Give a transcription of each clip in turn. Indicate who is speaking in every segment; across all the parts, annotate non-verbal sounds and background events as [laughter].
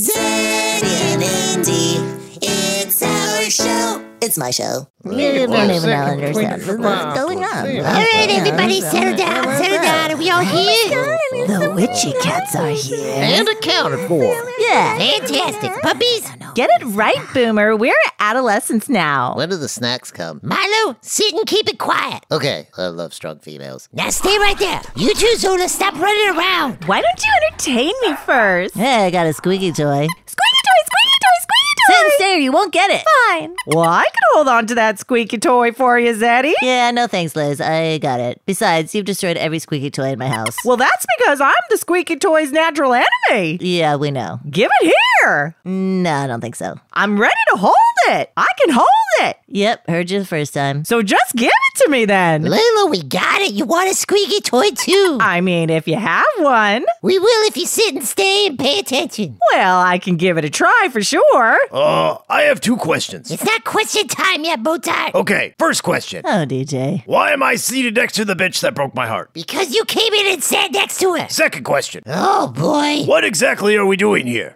Speaker 1: Zed and Andy, it's our show. It's my show.
Speaker 2: Yeah,
Speaker 1: I
Speaker 2: well,
Speaker 1: don't even know
Speaker 2: second
Speaker 1: understand
Speaker 2: between
Speaker 1: what's
Speaker 2: the
Speaker 1: going
Speaker 2: clouds.
Speaker 1: on.
Speaker 2: Yeah.
Speaker 1: All right, everybody, settle down, settle down. Are we all here? The witchy cats are here.
Speaker 2: and accounted for.
Speaker 1: Yeah, fantastic puppies.
Speaker 3: Get it right, Boomer. We're adolescents now.
Speaker 2: [laughs] When do the snacks come?
Speaker 1: Milo, sit and keep it quiet.
Speaker 2: Okay, I love strong females.
Speaker 1: Now stay right there. You two, Zola, stop running around.
Speaker 3: Why don't you entertain me first? Squeaky
Speaker 1: Hey, I got a squeaky toy.
Speaker 3: toy, squeaky toy, squeaky toy.
Speaker 1: Sit and stare, you won't get it.
Speaker 3: Fine. Well, I can hold on to that squeaky toy for you, Zeddy.
Speaker 1: Yeah, no thanks, Liz. I got it. Besides, you've destroyed every squeaky toy in my house.
Speaker 3: Well, that's because I'm the squeaky toy's natural enemy.
Speaker 1: Yeah, we know.
Speaker 3: Give it here.
Speaker 1: No, I don't think so.
Speaker 3: I'm ready to hold it. I can hold it.
Speaker 1: Yep, heard you the first time.
Speaker 3: So just give it to me then.
Speaker 1: Layla, we got it. You want a squeaky toy too.
Speaker 3: I mean, if you have one,
Speaker 1: we will if you sit and stay and pay attention.
Speaker 3: well, I can give it a try for sure.
Speaker 4: Uh, I have two questions.
Speaker 1: It's not question time yet, Mozart.
Speaker 4: Okay, first question.
Speaker 1: Oh, DJ.
Speaker 4: Why am I seated next to the bitch that broke my heart?
Speaker 1: Because you came in and sat next to us.
Speaker 4: Second question.
Speaker 1: Oh, boy.
Speaker 4: What exactly are we doing here?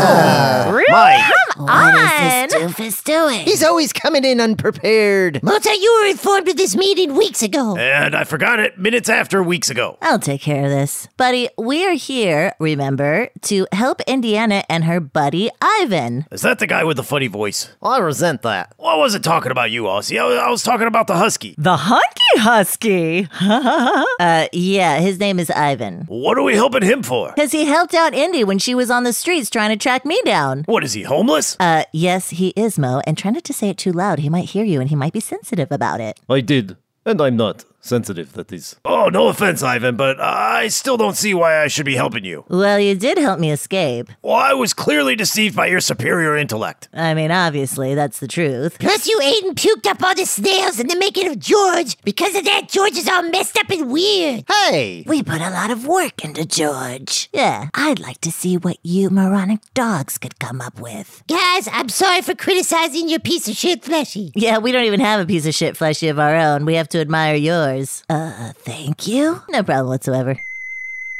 Speaker 3: really?
Speaker 4: Mike,
Speaker 1: What is this doofus doing?
Speaker 5: He's always coming in unprepared.
Speaker 1: Mozart, you were informed of this meeting weeks ago.
Speaker 4: and I forgot it minutes after weeks ago.
Speaker 6: I'll take care of this. Buddy, we're here, remember, to help Indiana and her buddy Ivan.
Speaker 4: Is that the guy with the funny voice?
Speaker 5: I resent that.
Speaker 4: Well, I wasn't talking about you, Aussie. I was, I was talking about the husky.
Speaker 3: The hunky husky.
Speaker 6: Uh, yeah, his name is Ivan.
Speaker 4: What are we helping him for?
Speaker 6: Because he helped out Indy when she was on the streets trying to track me down.
Speaker 4: What is he homeless?
Speaker 6: Uh, yes, he is, Mo, and try not to say it too loud. He might hear you and he might be sensitive about it.
Speaker 7: I did, and I'm not sensitive. That is,
Speaker 4: oh, no offense, Ivan, but I still don't see why I should be helping you.
Speaker 6: Well, you did help me escape.
Speaker 4: Well, I was clearly deceived by your superior intellect.
Speaker 6: I mean, obviously, that's the truth.
Speaker 1: Plus, you ate and puked up all the snails in the making of George. Because of that, George is all messed up and weird.
Speaker 5: Hey!
Speaker 6: We put a lot of work into George. Yeah, I'd like to see what you moronic dogs could come up with.
Speaker 1: Guys, I'm sorry for criticizing your piece of shit fleshy.
Speaker 6: Yeah, we don't even have a piece of shit fleshy of our own. We have to admire yours. Uh, thank you. No problem whatsoever.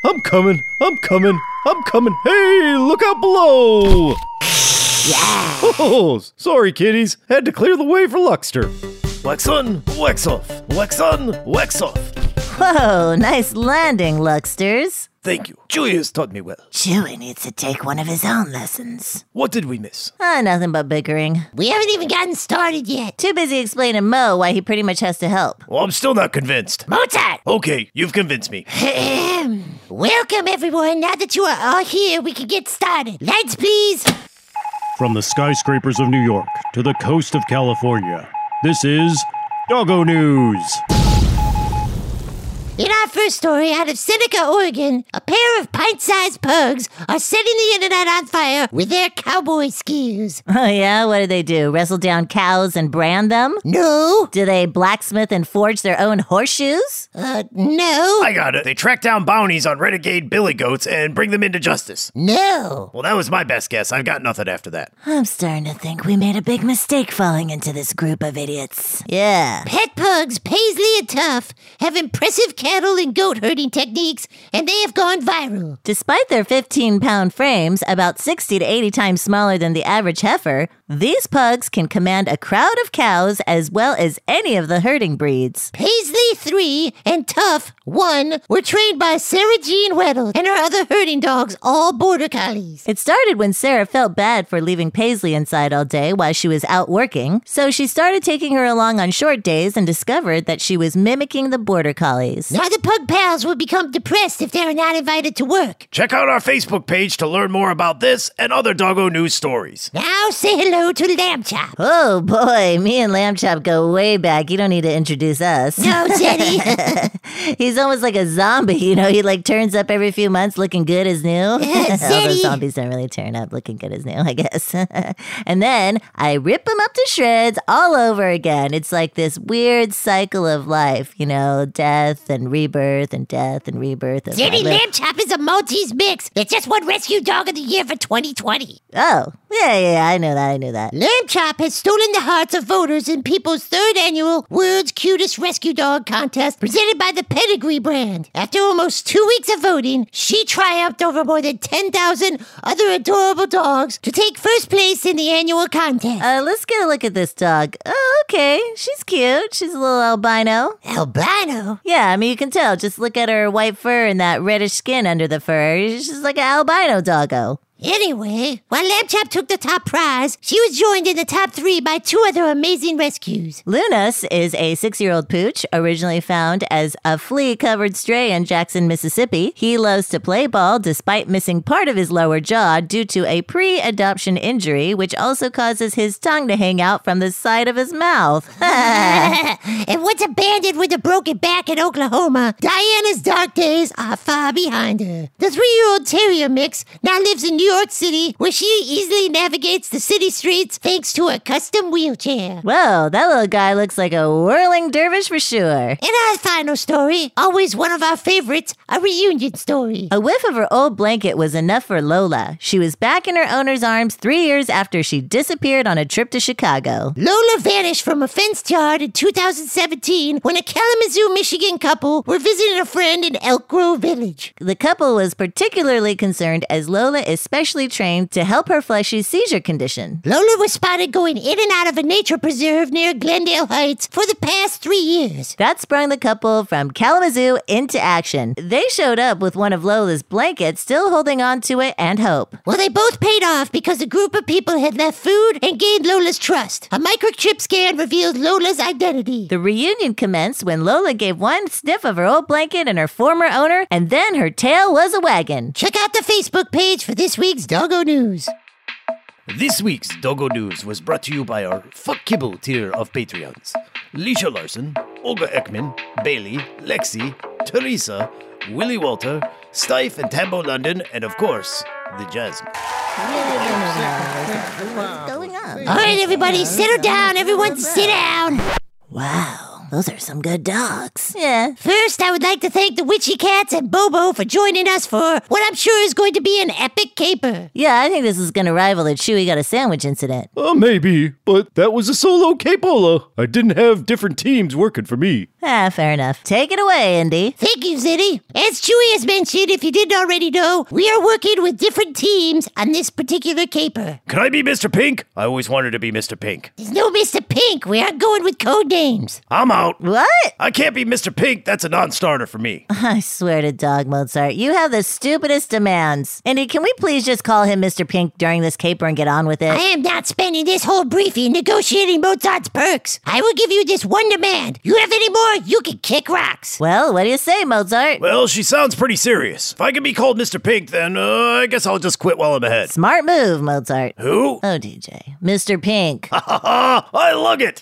Speaker 7: I'm coming, I'm coming, I'm coming. Hey, look out below! Yeah. Oh, sorry, kiddies. Had to clear the way for Luxter.
Speaker 4: Wax on, wax off. Wax on, wax off.
Speaker 6: Whoa, Oh, [laughs] nice landing, Luxters.
Speaker 4: Thank you. Julius taught me well.
Speaker 6: Chewie needs to take one of his own lessons.
Speaker 4: What did we miss?
Speaker 6: Ah, nothing but bickering.
Speaker 1: We haven't even gotten started yet.
Speaker 6: Too busy explaining Mo why he pretty much has to help.
Speaker 4: Well, I'm still not convinced.
Speaker 1: Mozart! [clears throat]
Speaker 4: Okay, you've convinced me.
Speaker 1: Welcome, everyone. Now that you are all here, we can get started. Lights, please.
Speaker 8: From the skyscrapers of New York to the coast of California, this is Doggo News.
Speaker 1: In our first story out of Seneca, Oregon, a pair of pint sized pugs are setting the internet on fire with their cowboy skills.
Speaker 6: [laughs] Oh, yeah? What do they do? Wrestle down cows and brand them?
Speaker 1: No,
Speaker 6: Do they blacksmith and forge their own horseshoes?
Speaker 1: uh, no,
Speaker 4: I got it. They track down bounties on renegade billy goats and bring them into justice.
Speaker 1: no.
Speaker 4: Well, that was my best guess. I've got nothing after that.
Speaker 6: I'm starting to think we made a big mistake falling into this group of idiots. Yeah.
Speaker 1: Pet pugs, Paisley and Tuff, have impressive cattle and goat herding techniques, and they have gone viral.
Speaker 6: Despite their 15 pound frames, about 60 to 80 times smaller than the average heifer, these pugs can command a crowd of cows as well as any of the herding breeds.
Speaker 1: Paisley 3 and Tuff 1 were trained by Sarah Jean Weddle and her other herding dogs, all border collies.
Speaker 6: It started when Sarah felt bad for leaving Paisley inside all day while she was out working, so she started taking her along on short days and discovered that she was mimicking the border collies.
Speaker 1: Now the pug pals will become depressed if they are not invited to work.
Speaker 4: Check out our Facebook page to learn more about this and other doggo news stories.
Speaker 1: Now say hello to Lamb Chop.
Speaker 6: Oh boy, me and Lamb Chop go way back. You don't need to introduce us.
Speaker 1: No, Jenny.
Speaker 6: He's almost like a zombie, you know. He like turns up every few months looking good as new. [laughs] Although
Speaker 1: Zeddy.
Speaker 6: zombies don't really turn up looking good as new, I guess. [laughs] and then I rip him up to shreds all over again. It's like this weird cycle of life, you know, death and rebirth birth and death and rebirth. And
Speaker 1: Diddy
Speaker 6: blah, blah.
Speaker 1: Lamb Chop is a Maltese mix that just won Rescue Dog of the Year for 2020.
Speaker 6: Oh, yeah, yeah, yeah, I know that, I know that.
Speaker 1: Lamb Chop has stolen the hearts of voters in People's third annual World's Cutest Rescue Dog contest presented by the Pedigree brand. After almost two weeks of voting, she triumphed over more than 10,000 other adorable dogs to take first place in the annual contest.
Speaker 6: Uh, let's get a look at this dog. Oh, okay, she's cute. She's a little albino.
Speaker 1: Albino?
Speaker 6: Yeah, I mean, you can tell. Just look at her white fur and that reddish skin under the fur. She's like an albino doggo.
Speaker 1: Anyway, while Lamb Chop took the top prize, she was joined in the top three by two other amazing rescues.
Speaker 6: Lunas is a six year old pooch originally found as a flea covered stray in Jackson, Mississippi. He loves to play ball despite missing part of his lower jaw due to a pre adoption injury, which also causes his tongue to hang out from the side of his mouth. [laughs]
Speaker 1: and once abandoned with a broken back in Oklahoma, Diana's dark days are far behind her. The three-year-old terrier mix now lives in New York City, where she easily navigates the city streets thanks to her custom wheelchair.
Speaker 6: Whoa, that little guy looks like a whirling dervish for sure.
Speaker 1: In our final story, always one of our favorites, a reunion story.
Speaker 6: A whiff of her old blanket was enough for Lola. She was back in her owner's arms three years after she disappeared on a trip to Chicago.
Speaker 1: Lola vanished from a fenced yard in 2017 when a Kalamazoo, Michigan couple were visiting a friend in Elk Grove Village.
Speaker 6: The couple was particularly concerned as Lola is specially trained to help her fleshy's seizure condition.
Speaker 1: Lola was spotted going in and out of a nature preserve near Glendale Heights for the past three years.
Speaker 6: That sprung the couple from Kalamazoo into action. They showed up with one of Lola's blankets, still holding on to it and hope.
Speaker 1: Well, they both paid off because a group of people had left food and gained Lola's trust. A microchip scan revealed Lola's identity.
Speaker 6: The reunion commenced when Lola gave one sniff of her old blanket and her former owner, and then her tail was a wagon.
Speaker 1: Check out the Facebook page for this week's Doggo News.
Speaker 4: This week's Doggo News was brought to you by our Fuck Kibble tier of Patreons Leisha Larson, Olga Ekman, Bailey, Lexi, Teresa, Willie Walter, Stife and Tambo London, and of course, the Jasmine.
Speaker 6: Going on.
Speaker 1: All right, everybody, settle down. Everyone, sit down.
Speaker 6: Wow, those are some good dogs. Yeah.
Speaker 1: First, I would like to thank the Witchy Cats and Bobo for joining us for what I'm sure is going to be an epic caper.
Speaker 6: Yeah, I think this is gonna rival the Chewy Got a Sandwich incident.
Speaker 7: Uh, maybe, but that was a solo capola. I didn't have different teams working for me.
Speaker 6: Ah, fair enough. Take it away, Indy.
Speaker 1: Thank you, Zitty. As Chewy has mentioned, if you didn't already know, we are working with different teams on this particular caper.
Speaker 4: Can I be Mr. Pink? I always wanted to be Mr. Pink.
Speaker 1: There's no Mr. Pink. We aren't going with code names.
Speaker 4: I'm out.
Speaker 6: What? [laughs]
Speaker 4: I can't be Mr. Pink. That's a non starter
Speaker 7: [laughs]
Speaker 4: for me.
Speaker 6: I swear to dog Mozart, you have the stupidest demands. Indy, can we please just call him Mr. Pink during this caper and get on with
Speaker 1: I
Speaker 6: it?
Speaker 1: am not spending this whole briefing negotiating Mozart's perks. I will give you this one demand. You have any more, you can kick rocks.
Speaker 6: Well, what do you say, Mozart?
Speaker 4: Well, she sounds pretty serious. If I can be called Mr. Pink, then uh, I guess I'll just quit while I'm ahead.
Speaker 6: Smart move, Mozart.
Speaker 7: [laughs]
Speaker 4: Who?
Speaker 6: Oh, DJ. Mr. Pink.
Speaker 4: Ah, I lug it.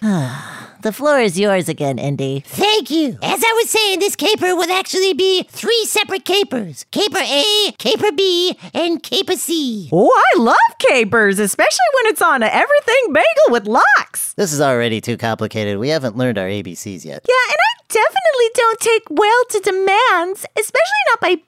Speaker 6: the floor is yours again, Indy.
Speaker 1: Thank you. As I was saying, this caper will actually be three separate capers. Caper A, Caper B, and Caper C.
Speaker 3: Oh, I love capers, especially when it's on a everything bagel with locks.
Speaker 2: This is already too complicated. We haven't learned our ABCs yet.
Speaker 3: Yeah, and I definitely don't take well to demands, especially not by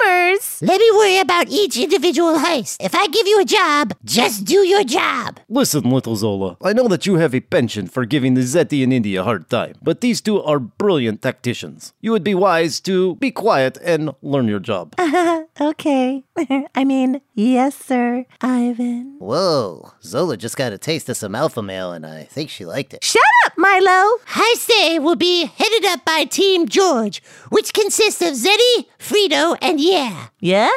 Speaker 3: boomers.
Speaker 1: Let me worry about each individual heist. If I give you a job, just do your job.
Speaker 7: [laughs] Listen, little Zola, I know that you have a penchant for giving the Zeti in India a hard time, but these two are brilliant tacticians. You would be wise to be quiet and learn your job.
Speaker 6: Okay. [laughs] I mean, yes, sir, Ivan.
Speaker 2: Whoa, Zola just got a taste of some alpha male and I think she liked it.
Speaker 6: Shut up, Milo.
Speaker 1: Heist A will be headed up by Team George, which consists of Zeddy, Frito, and Yeah.
Speaker 6: Yeah?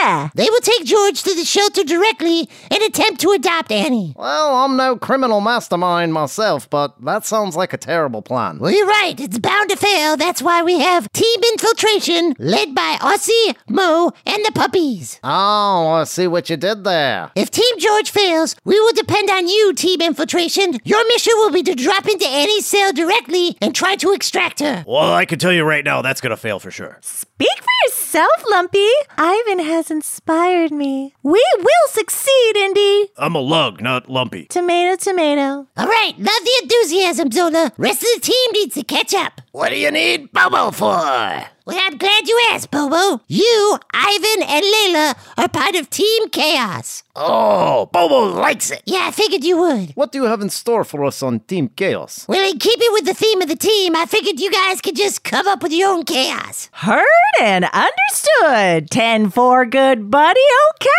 Speaker 6: Yeah.
Speaker 1: They will take George to the shelter directly and attempt to adopt Annie.
Speaker 5: [laughs] Well, I'm no criminal mastermind myself, but that sounds like a terrible plan.
Speaker 1: Well, you're right. It's bound to fail. That's why we have Team Infiltration, led by Aussie, Mo, and the puppies.
Speaker 5: Oh, I see what you did there.
Speaker 1: If Team George fails, we will depend on you, Team Infiltration. Your mission will be to drop into Annie's cell directly and try to extract her.
Speaker 4: Well, I can tell you right now, that's gonna fail for sure.
Speaker 6: Speak for yourself, Lumpy. Ivan has inspired me. We will succeed, Indy.
Speaker 4: I'm a lug, not lumpy.
Speaker 6: Tomato, tomato.
Speaker 1: All right, love the enthusiasm, Zola. Rest of the team needs to catch up.
Speaker 2: What do you need Bobo for?
Speaker 1: Well, I'm glad you asked, Bobo. You, Ivan, and Layla are part of Team Chaos.
Speaker 4: Oh, Bobo likes it.
Speaker 1: Yeah, I figured you would.
Speaker 5: What do you have in store for us on Team Chaos?
Speaker 1: Well, in keeping with the theme of the team, I figured you guys could just come up with your own chaos.
Speaker 6: Heard and understood. 10 4, good buddy, okay?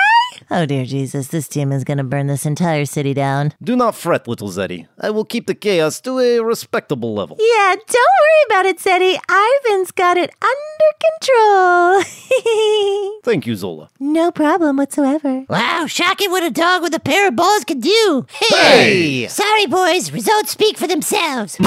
Speaker 6: Oh, dear Jesus, this team is going to burn this entire city down.
Speaker 5: Do not fret, little Zeddy. I will keep the chaos to a respectable level.
Speaker 3: Yeah, don't worry about it, Zeddy. Ivan's got it
Speaker 6: [laughs]
Speaker 3: under control.
Speaker 5: Thank you, Zola.
Speaker 3: no problem whatsoever.
Speaker 1: Wow, shocking what a dog with a pair of balls can do.
Speaker 5: Hey!
Speaker 1: Sorry, boys. Results speak for themselves.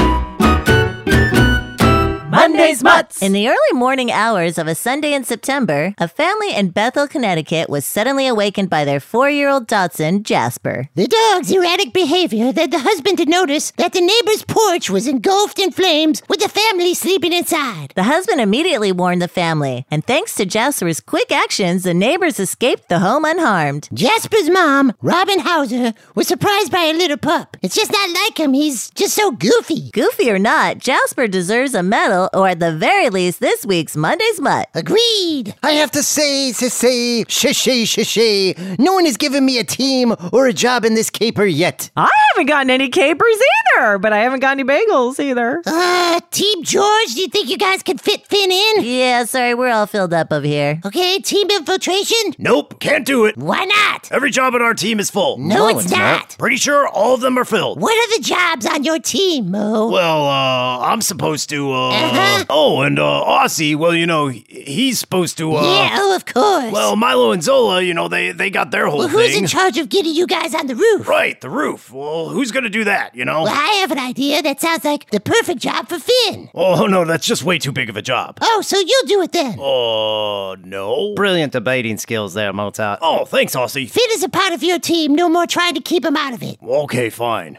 Speaker 6: Monday's Mutts! In the early morning hours of a Sunday in September, a family in Bethel, Connecticut was suddenly awakened by their four year old Dotson, Jasper.
Speaker 1: The dog's erratic behavior led the husband to notice that the neighbor's porch was engulfed in flames with the family sleeping inside.
Speaker 6: The husband immediately warned the family, and thanks to Jasper's quick actions, the neighbors escaped the home unharmed.
Speaker 1: Jasper's mom, Robin Hauser, was surprised by her little pup. It's just not like him. He's just so goofy.
Speaker 6: Goofy or not, Jasper deserves a medal, or at the very least, this week's Monday's Mutt. [laughs]
Speaker 1: Agreed.
Speaker 2: I have to say, say, say, shay, shay, shay, shay, no one has given me a team or a job in this caper yet.
Speaker 3: I haven't gotten any capers either, but I haven't gotten any bagels either.
Speaker 1: Uh, Team George, do you think you guys can fit Finn in?
Speaker 6: Yeah, sorry, we're all filled up over here.
Speaker 1: Okay, Team Infiltration?
Speaker 4: Nope, can't do it.
Speaker 1: Why not?
Speaker 4: Every job on our team is full.
Speaker 1: No, it's, not.
Speaker 4: Pretty sure all of them are filled.
Speaker 1: What are the jobs on your team, Mo?
Speaker 4: Well, uh, I'm supposed to, uh.
Speaker 1: Uh-huh.
Speaker 4: Oh, and, uh, Aussie, well, you know, he- he's supposed to, uh.
Speaker 1: yeah, oh, of course.
Speaker 4: Well, Milo and Zola, you know, they, they got their whole
Speaker 1: Well, who's
Speaker 4: thing.
Speaker 1: in charge of getting you guys on the roof?
Speaker 4: right, the roof. Well, who's gonna do that, you know?
Speaker 1: Well, I have an idea that sounds like the perfect job for Finn.
Speaker 4: Oh, no, that's just way too big of a job.
Speaker 1: Oh, so you'll do it then.
Speaker 4: Uh, no.
Speaker 5: Brilliant debating skills there, Motot.
Speaker 4: Oh, thanks, Aussie.
Speaker 1: Finn is a part of your team, no more trying to keep him out of it.
Speaker 4: Okay, fine.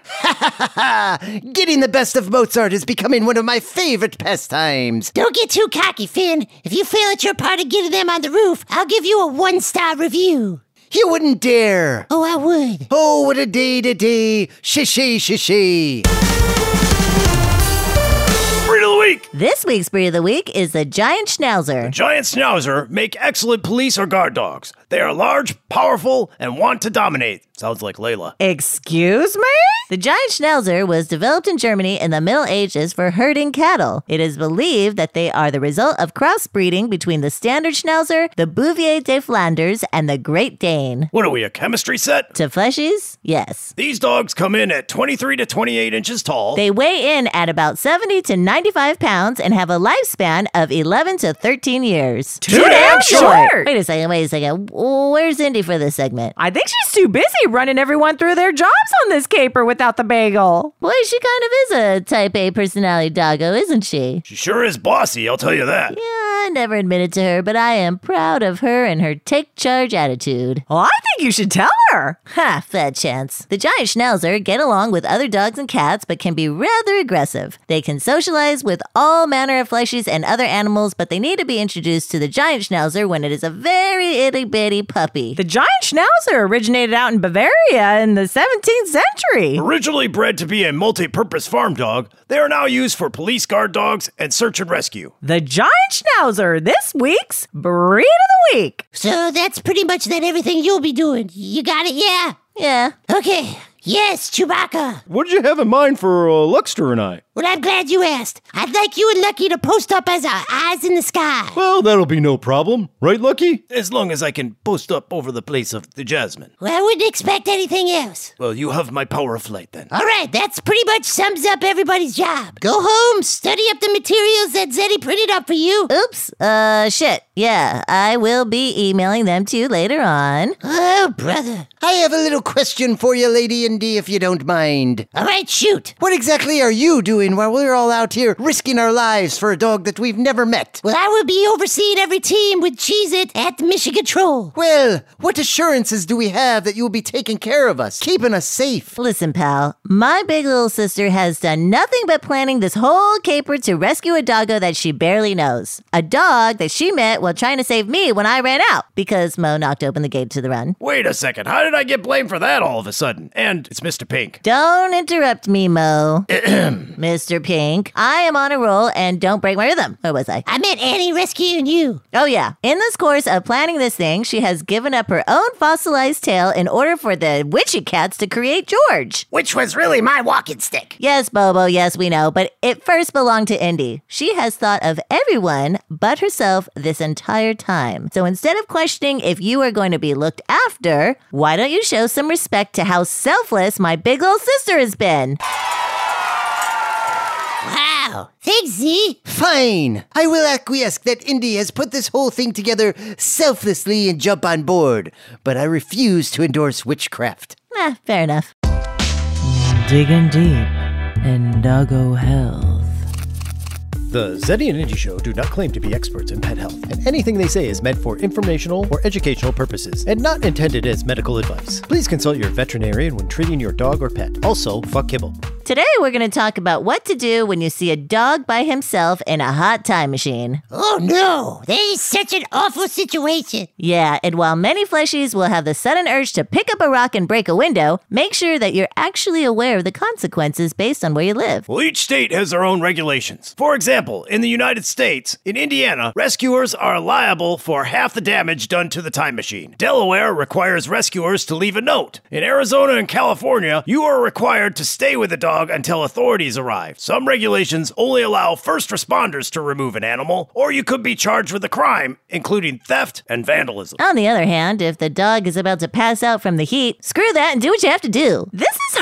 Speaker 2: Getting the best of Mozart is becoming one of my favorite pastimes.
Speaker 1: Don't get too cocky, Finn. If you fail at your part of getting them on the roof, I'll give you a one star review.
Speaker 2: You wouldn't dare.
Speaker 1: Oh, I would.
Speaker 2: Oh, what a day to day. Shay, shay, shay, shay.
Speaker 4: Breed of the week!
Speaker 6: This week's breed of the week is the giant schnauzer.
Speaker 4: Giant Schnauzer make excellent police or guard dogs. They are large, powerful, and want to dominate. Sounds like Layla.
Speaker 6: Excuse me? The giant schnauzer was developed in Germany in the Middle Ages for herding cattle. It is believed that they are the result of crossbreeding between the standard schnauzer, the Bouvier de Flanders, and the Great Dane.
Speaker 4: What are we, a chemistry set?
Speaker 6: To fleshies? Yes.
Speaker 4: These dogs come in at 23 to 28 inches tall.
Speaker 6: They weigh in at about 70 to 95 pounds and have a lifespan of 11 to 13 years.
Speaker 4: Too damn
Speaker 3: short.
Speaker 6: Wait a second, wait a second. Where's Indy for this segment?
Speaker 3: I think she's too busy running everyone through their jobs on this caper without the bagel.
Speaker 6: Boy, she kind of is a type A personality doggo, isn't she?
Speaker 4: She sure is bossy, I'll tell you that.
Speaker 6: Yeah, I never admitted to her, but I am proud of her and her take charge attitude.
Speaker 3: Well, I think you should tell her.
Speaker 6: Ha, fat chance. The giant schnauzer get along with other dogs and cats, but can be rather aggressive. They can socialize with all manner of fleshies and other animals, but they need to be introduced to the giant schnauzer when it is a very itty bitty puppy.
Speaker 3: The giant schnauzer originated out in Bavaria in the 17th century.
Speaker 4: Originally bred to be a multi purpose farm dog, they are now used for police guard dogs and search and rescue.
Speaker 3: The giant schnauzer, this week's breed of the week.
Speaker 1: So that's pretty much that everything you'll be doing. You got it, yeah?
Speaker 6: yeah.
Speaker 1: Okay. Yes, Chewbacca.
Speaker 7: What did you have in mind for uh, Luxter and I?
Speaker 1: Well, I'm glad you asked. I'd like you and Lucky to post up as our eyes in the sky.
Speaker 7: Well, that'll be no problem, right, Lucky?
Speaker 4: As long as I can post up over the place of the Jasmine.
Speaker 1: Well, I wouldn't expect anything else.
Speaker 4: Well, you have my power of light then.
Speaker 1: All right, that's pretty much sums up everybody's job. Go home, study up the materials that Zeddy printed up for you.
Speaker 6: Oops. Uh, shit. Yeah, I will be emailing them to you later on.
Speaker 1: Oh, brother.
Speaker 2: I have a little question for you, Lady Indy, if you don't mind.
Speaker 1: All right, shoot.
Speaker 2: What exactly are you doing while we're all out here risking our lives for a dog that we've never met?
Speaker 1: Well, I will be overseeing every team with Cheez It at Michigan Troll.
Speaker 2: Well, what assurances do we have that you will be taking care of us, keeping us safe?
Speaker 6: Listen, pal, my big little sister has done nothing but planning this whole caper to rescue a doggo that she barely knows. A dog that she met while trying to save me when I ran out because Mo knocked open the gate to the run.
Speaker 4: Wait a second, how did I get blamed for that all of a sudden? And it's Mr. Pink.
Speaker 6: Don't interrupt me, Mo. [clears throat] Mr. Mr. Pink. I am on a roll and don't break my rhythm. Where was I?
Speaker 1: I meant Annie rescuing you.
Speaker 6: Oh, yeah. In this course of planning this thing, she has given up her own fossilized tail in order for the witchy cats to create George.
Speaker 2: Which was really my walking stick.
Speaker 6: Yes, Bobo, yes, we know, but it first belonged to Indy. She has thought of everyone but herself this entire time. So instead of questioning if you are going to be looked after, why don't you show some respect to how selfless my big old sister has been?
Speaker 1: Wow. Thanks, Z.
Speaker 2: Fine. I will acquiesce that Indy has put this whole thing together selflessly and jump on board, but I refuse to endorse witchcraft.
Speaker 6: Eh, fair enough.
Speaker 9: Digging deep in doggo health.
Speaker 7: The Zeddy and Indy Show do not claim to be experts in pet health, and anything they say is meant for informational or educational purposes and not intended as medical advice. Please consult your veterinarian when treating your dog or pet. Also, fuck kibble.
Speaker 6: Today we're going to talk about what to do when you see a dog by himself in a hot time machine.
Speaker 1: Oh, no. That is such an awful situation.
Speaker 6: Yeah, and while many fleshies will have the sudden urge to pick up a rock and break a window, make sure that you're actually aware of the consequences based on where you live.
Speaker 4: Well, each state has their own regulations. For example, in the United States, in Indiana, rescuers are liable for half the damage done to the time machine. Delaware requires rescuers to leave a note. In Arizona and California, you are required to stay with the dog until authorities arrive. Some regulations only allow first responders to remove an animal, or you could be charged with a crime, including theft and vandalism.
Speaker 6: On the other hand, if the dog is about to pass out from the heat, screw that and do what you have to do.
Speaker 3: This is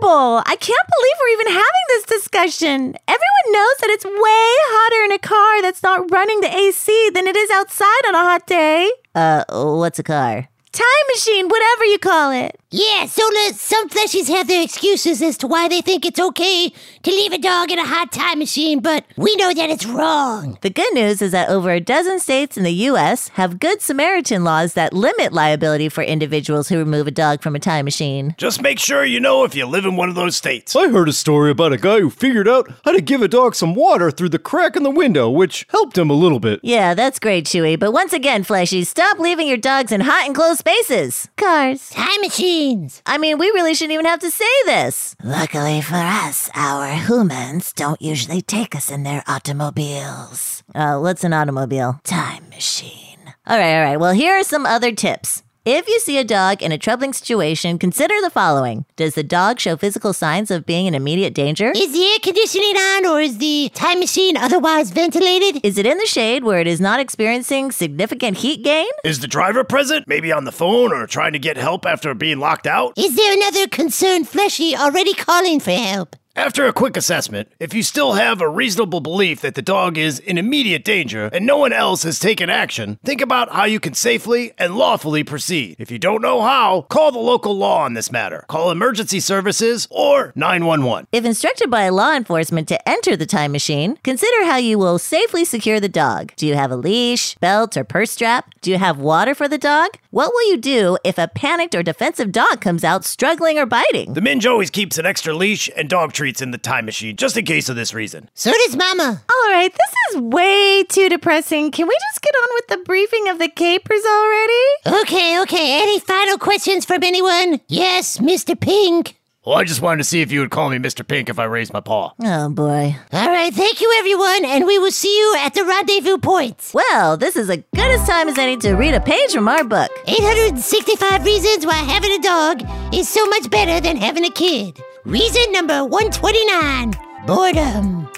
Speaker 3: horrible. I can't believe we're even having this discussion. Everyone knows that it's way hotter in a car that's not running the AC than it is outside on a hot day.
Speaker 6: Uh, what's a car?
Speaker 3: Time machine, whatever you call it.
Speaker 1: Yeah, so let some fleshies have their excuses as to why they think it's okay to leave a dog in a hot time machine, but we know that it's wrong.
Speaker 6: The good news is that over a dozen states in the U.S. have Good Samaritan laws that limit liability for individuals who remove a dog from a time machine.
Speaker 4: Just make sure you know if you live in one of those states.
Speaker 7: I heard a story about a guy who figured out how to give a dog some water through the crack in the window, which helped him a little bit.
Speaker 6: Yeah, that's great, Chewy, but once again, Fleshy, stop leaving your dogs in hot enclosed spaces.
Speaker 3: Cars.
Speaker 1: Time machines.
Speaker 6: I mean, we really shouldn't even have to say this.
Speaker 9: Luckily for us, our humans don't usually take us in their automobiles.
Speaker 6: Uh, what's an automobile?
Speaker 9: Time machine.
Speaker 6: All right, all right. Well, here are some other tips. If you see a dog in a troubling situation, consider the following. Does the dog show physical signs of being in immediate danger?
Speaker 1: Is the air conditioning on or is the time machine otherwise ventilated?
Speaker 6: Is it in the shade where it is not experiencing significant heat gain?
Speaker 4: Is the driver present? Maybe on the phone or trying to get help after being locked out?
Speaker 1: Is there another concerned fleshie already calling for help?
Speaker 4: After a quick assessment, if you still have a reasonable belief that the dog is in immediate danger and no one else has taken action, think about how you can safely and lawfully proceed. If you don't know how, call the local law on this matter. Call emergency services or 911.
Speaker 6: If instructed by law enforcement to enter the time machine, consider how you will safely secure the dog. Do you have a leash, belt, or purse strap? Do you have water for the dog? What will you do if a panicked or defensive dog comes out struggling or biting?
Speaker 4: The Minge always keeps an extra leash and dog treats in the time machine just in case of this reason.
Speaker 1: So does Mama.
Speaker 3: All right, this is way too depressing. Can we just get on with the briefing of the capers already?
Speaker 1: Okay, okay. Any final questions from anyone? Yes, Mr. Pink.
Speaker 4: Well, I just wanted to see if you would call me Mr. Pink if I raised my paw.
Speaker 6: Oh boy.
Speaker 1: All right, thank you, everyone, and we will see you at the rendezvous point.
Speaker 6: Well, this is as good as time as any to read a page from our book.
Speaker 1: 865 reasons why having a dog is so much better than having a kid. Reason number 129 boredom.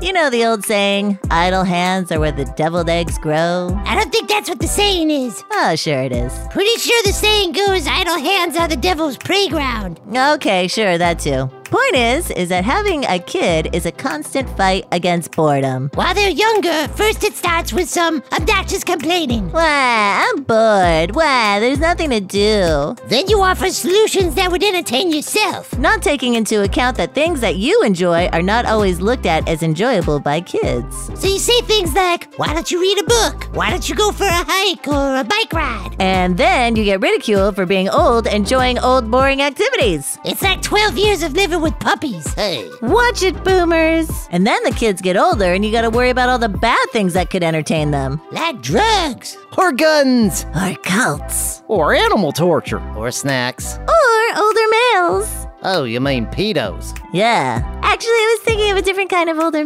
Speaker 6: You know the old saying, idle hands are where the deviled eggs grow?
Speaker 1: I don't think that's what the saying is.
Speaker 6: Oh, sure it is.
Speaker 1: Pretty sure the saying goes idle hands are the devil's playground.
Speaker 6: Okay, sure, that too. Point is, is that having a kid is a constant fight against boredom.
Speaker 1: While they're younger, first it starts with some obnoxious complaining.
Speaker 6: Why, I'm bored. Why, there's nothing to do.
Speaker 1: Then you offer solutions that would entertain yourself.
Speaker 6: Not taking into account that things that you enjoy are not always looked at as enjoyable by kids.
Speaker 1: So you say things like, why don't you read a book? Why don't you go for a hike or a bike ride?
Speaker 6: And then you get ridiculed for being old, enjoying old, boring activities.
Speaker 1: It's like 12 years of living with puppies. Hey.
Speaker 3: Watch it, boomers.
Speaker 6: And then the kids get older and you gotta worry about all the bad things that could entertain them.
Speaker 1: Like drugs.
Speaker 2: Or guns.
Speaker 9: Or cults.
Speaker 5: Or animal torture. Or snacks.
Speaker 3: Or older males.
Speaker 2: Oh, you mean pedos.
Speaker 6: Yeah.
Speaker 3: Actually, I was thinking of a different kind of older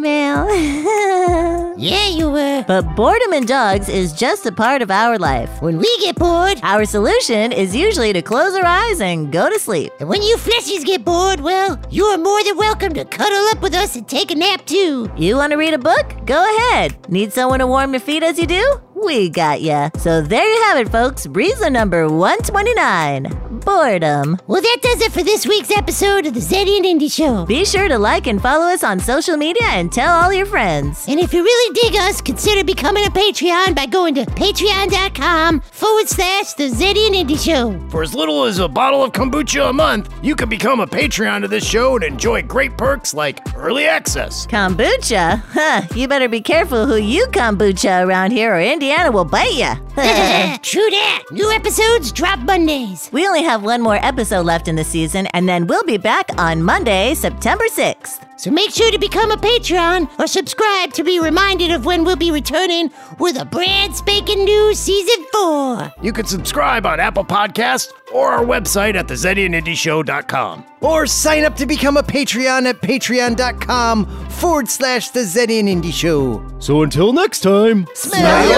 Speaker 3: male. [laughs]
Speaker 1: Yeah, you were.
Speaker 6: But boredom in dogs is just a part of our life.
Speaker 1: When we get bored,
Speaker 6: Our solution is usually to close our eyes and go to sleep.
Speaker 1: and when you fleshies get bored, well, you are more than welcome to cuddle up with us and take a nap too.
Speaker 6: You want to read a book? Go ahead. Need someone to warm your feet as you do? We got ya. So there you have it, folks. Reason number 129 Boredom.
Speaker 1: Well, that does it for this week's episode of the Zeddy and Indy Show.
Speaker 6: Be sure to like and follow us on social media and tell all your friends.
Speaker 1: And if you really dig us, consider becoming a Patreon by going to patreon.com forward slash the Zeddy and Indy Show.
Speaker 4: For as little as a bottle of kombucha a month, you can become a Patreon of this show and enjoy great perks like early access.
Speaker 6: Kombucha? Huh, you better be careful who you kombucha around here or Indiana will bite ya. [laughs]
Speaker 1: True that. New episodes drop Mondays.
Speaker 6: we only have one more episode left in the season, and then we'll be back on Monday, September 6th.
Speaker 1: So make sure to become a Patreon or subscribe to be reminded of when we'll be returning with a brand spanking new season four.
Speaker 4: You can subscribe on Apple Podcasts or our website at thezeddyandindyshow.com.
Speaker 2: Or sign up to become a Patreon at patreon.com forward slash the Zeddy and Indie Show.
Speaker 4: So until next time.
Speaker 2: Smile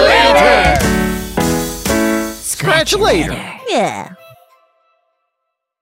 Speaker 5: Scratch later.
Speaker 6: Yeah.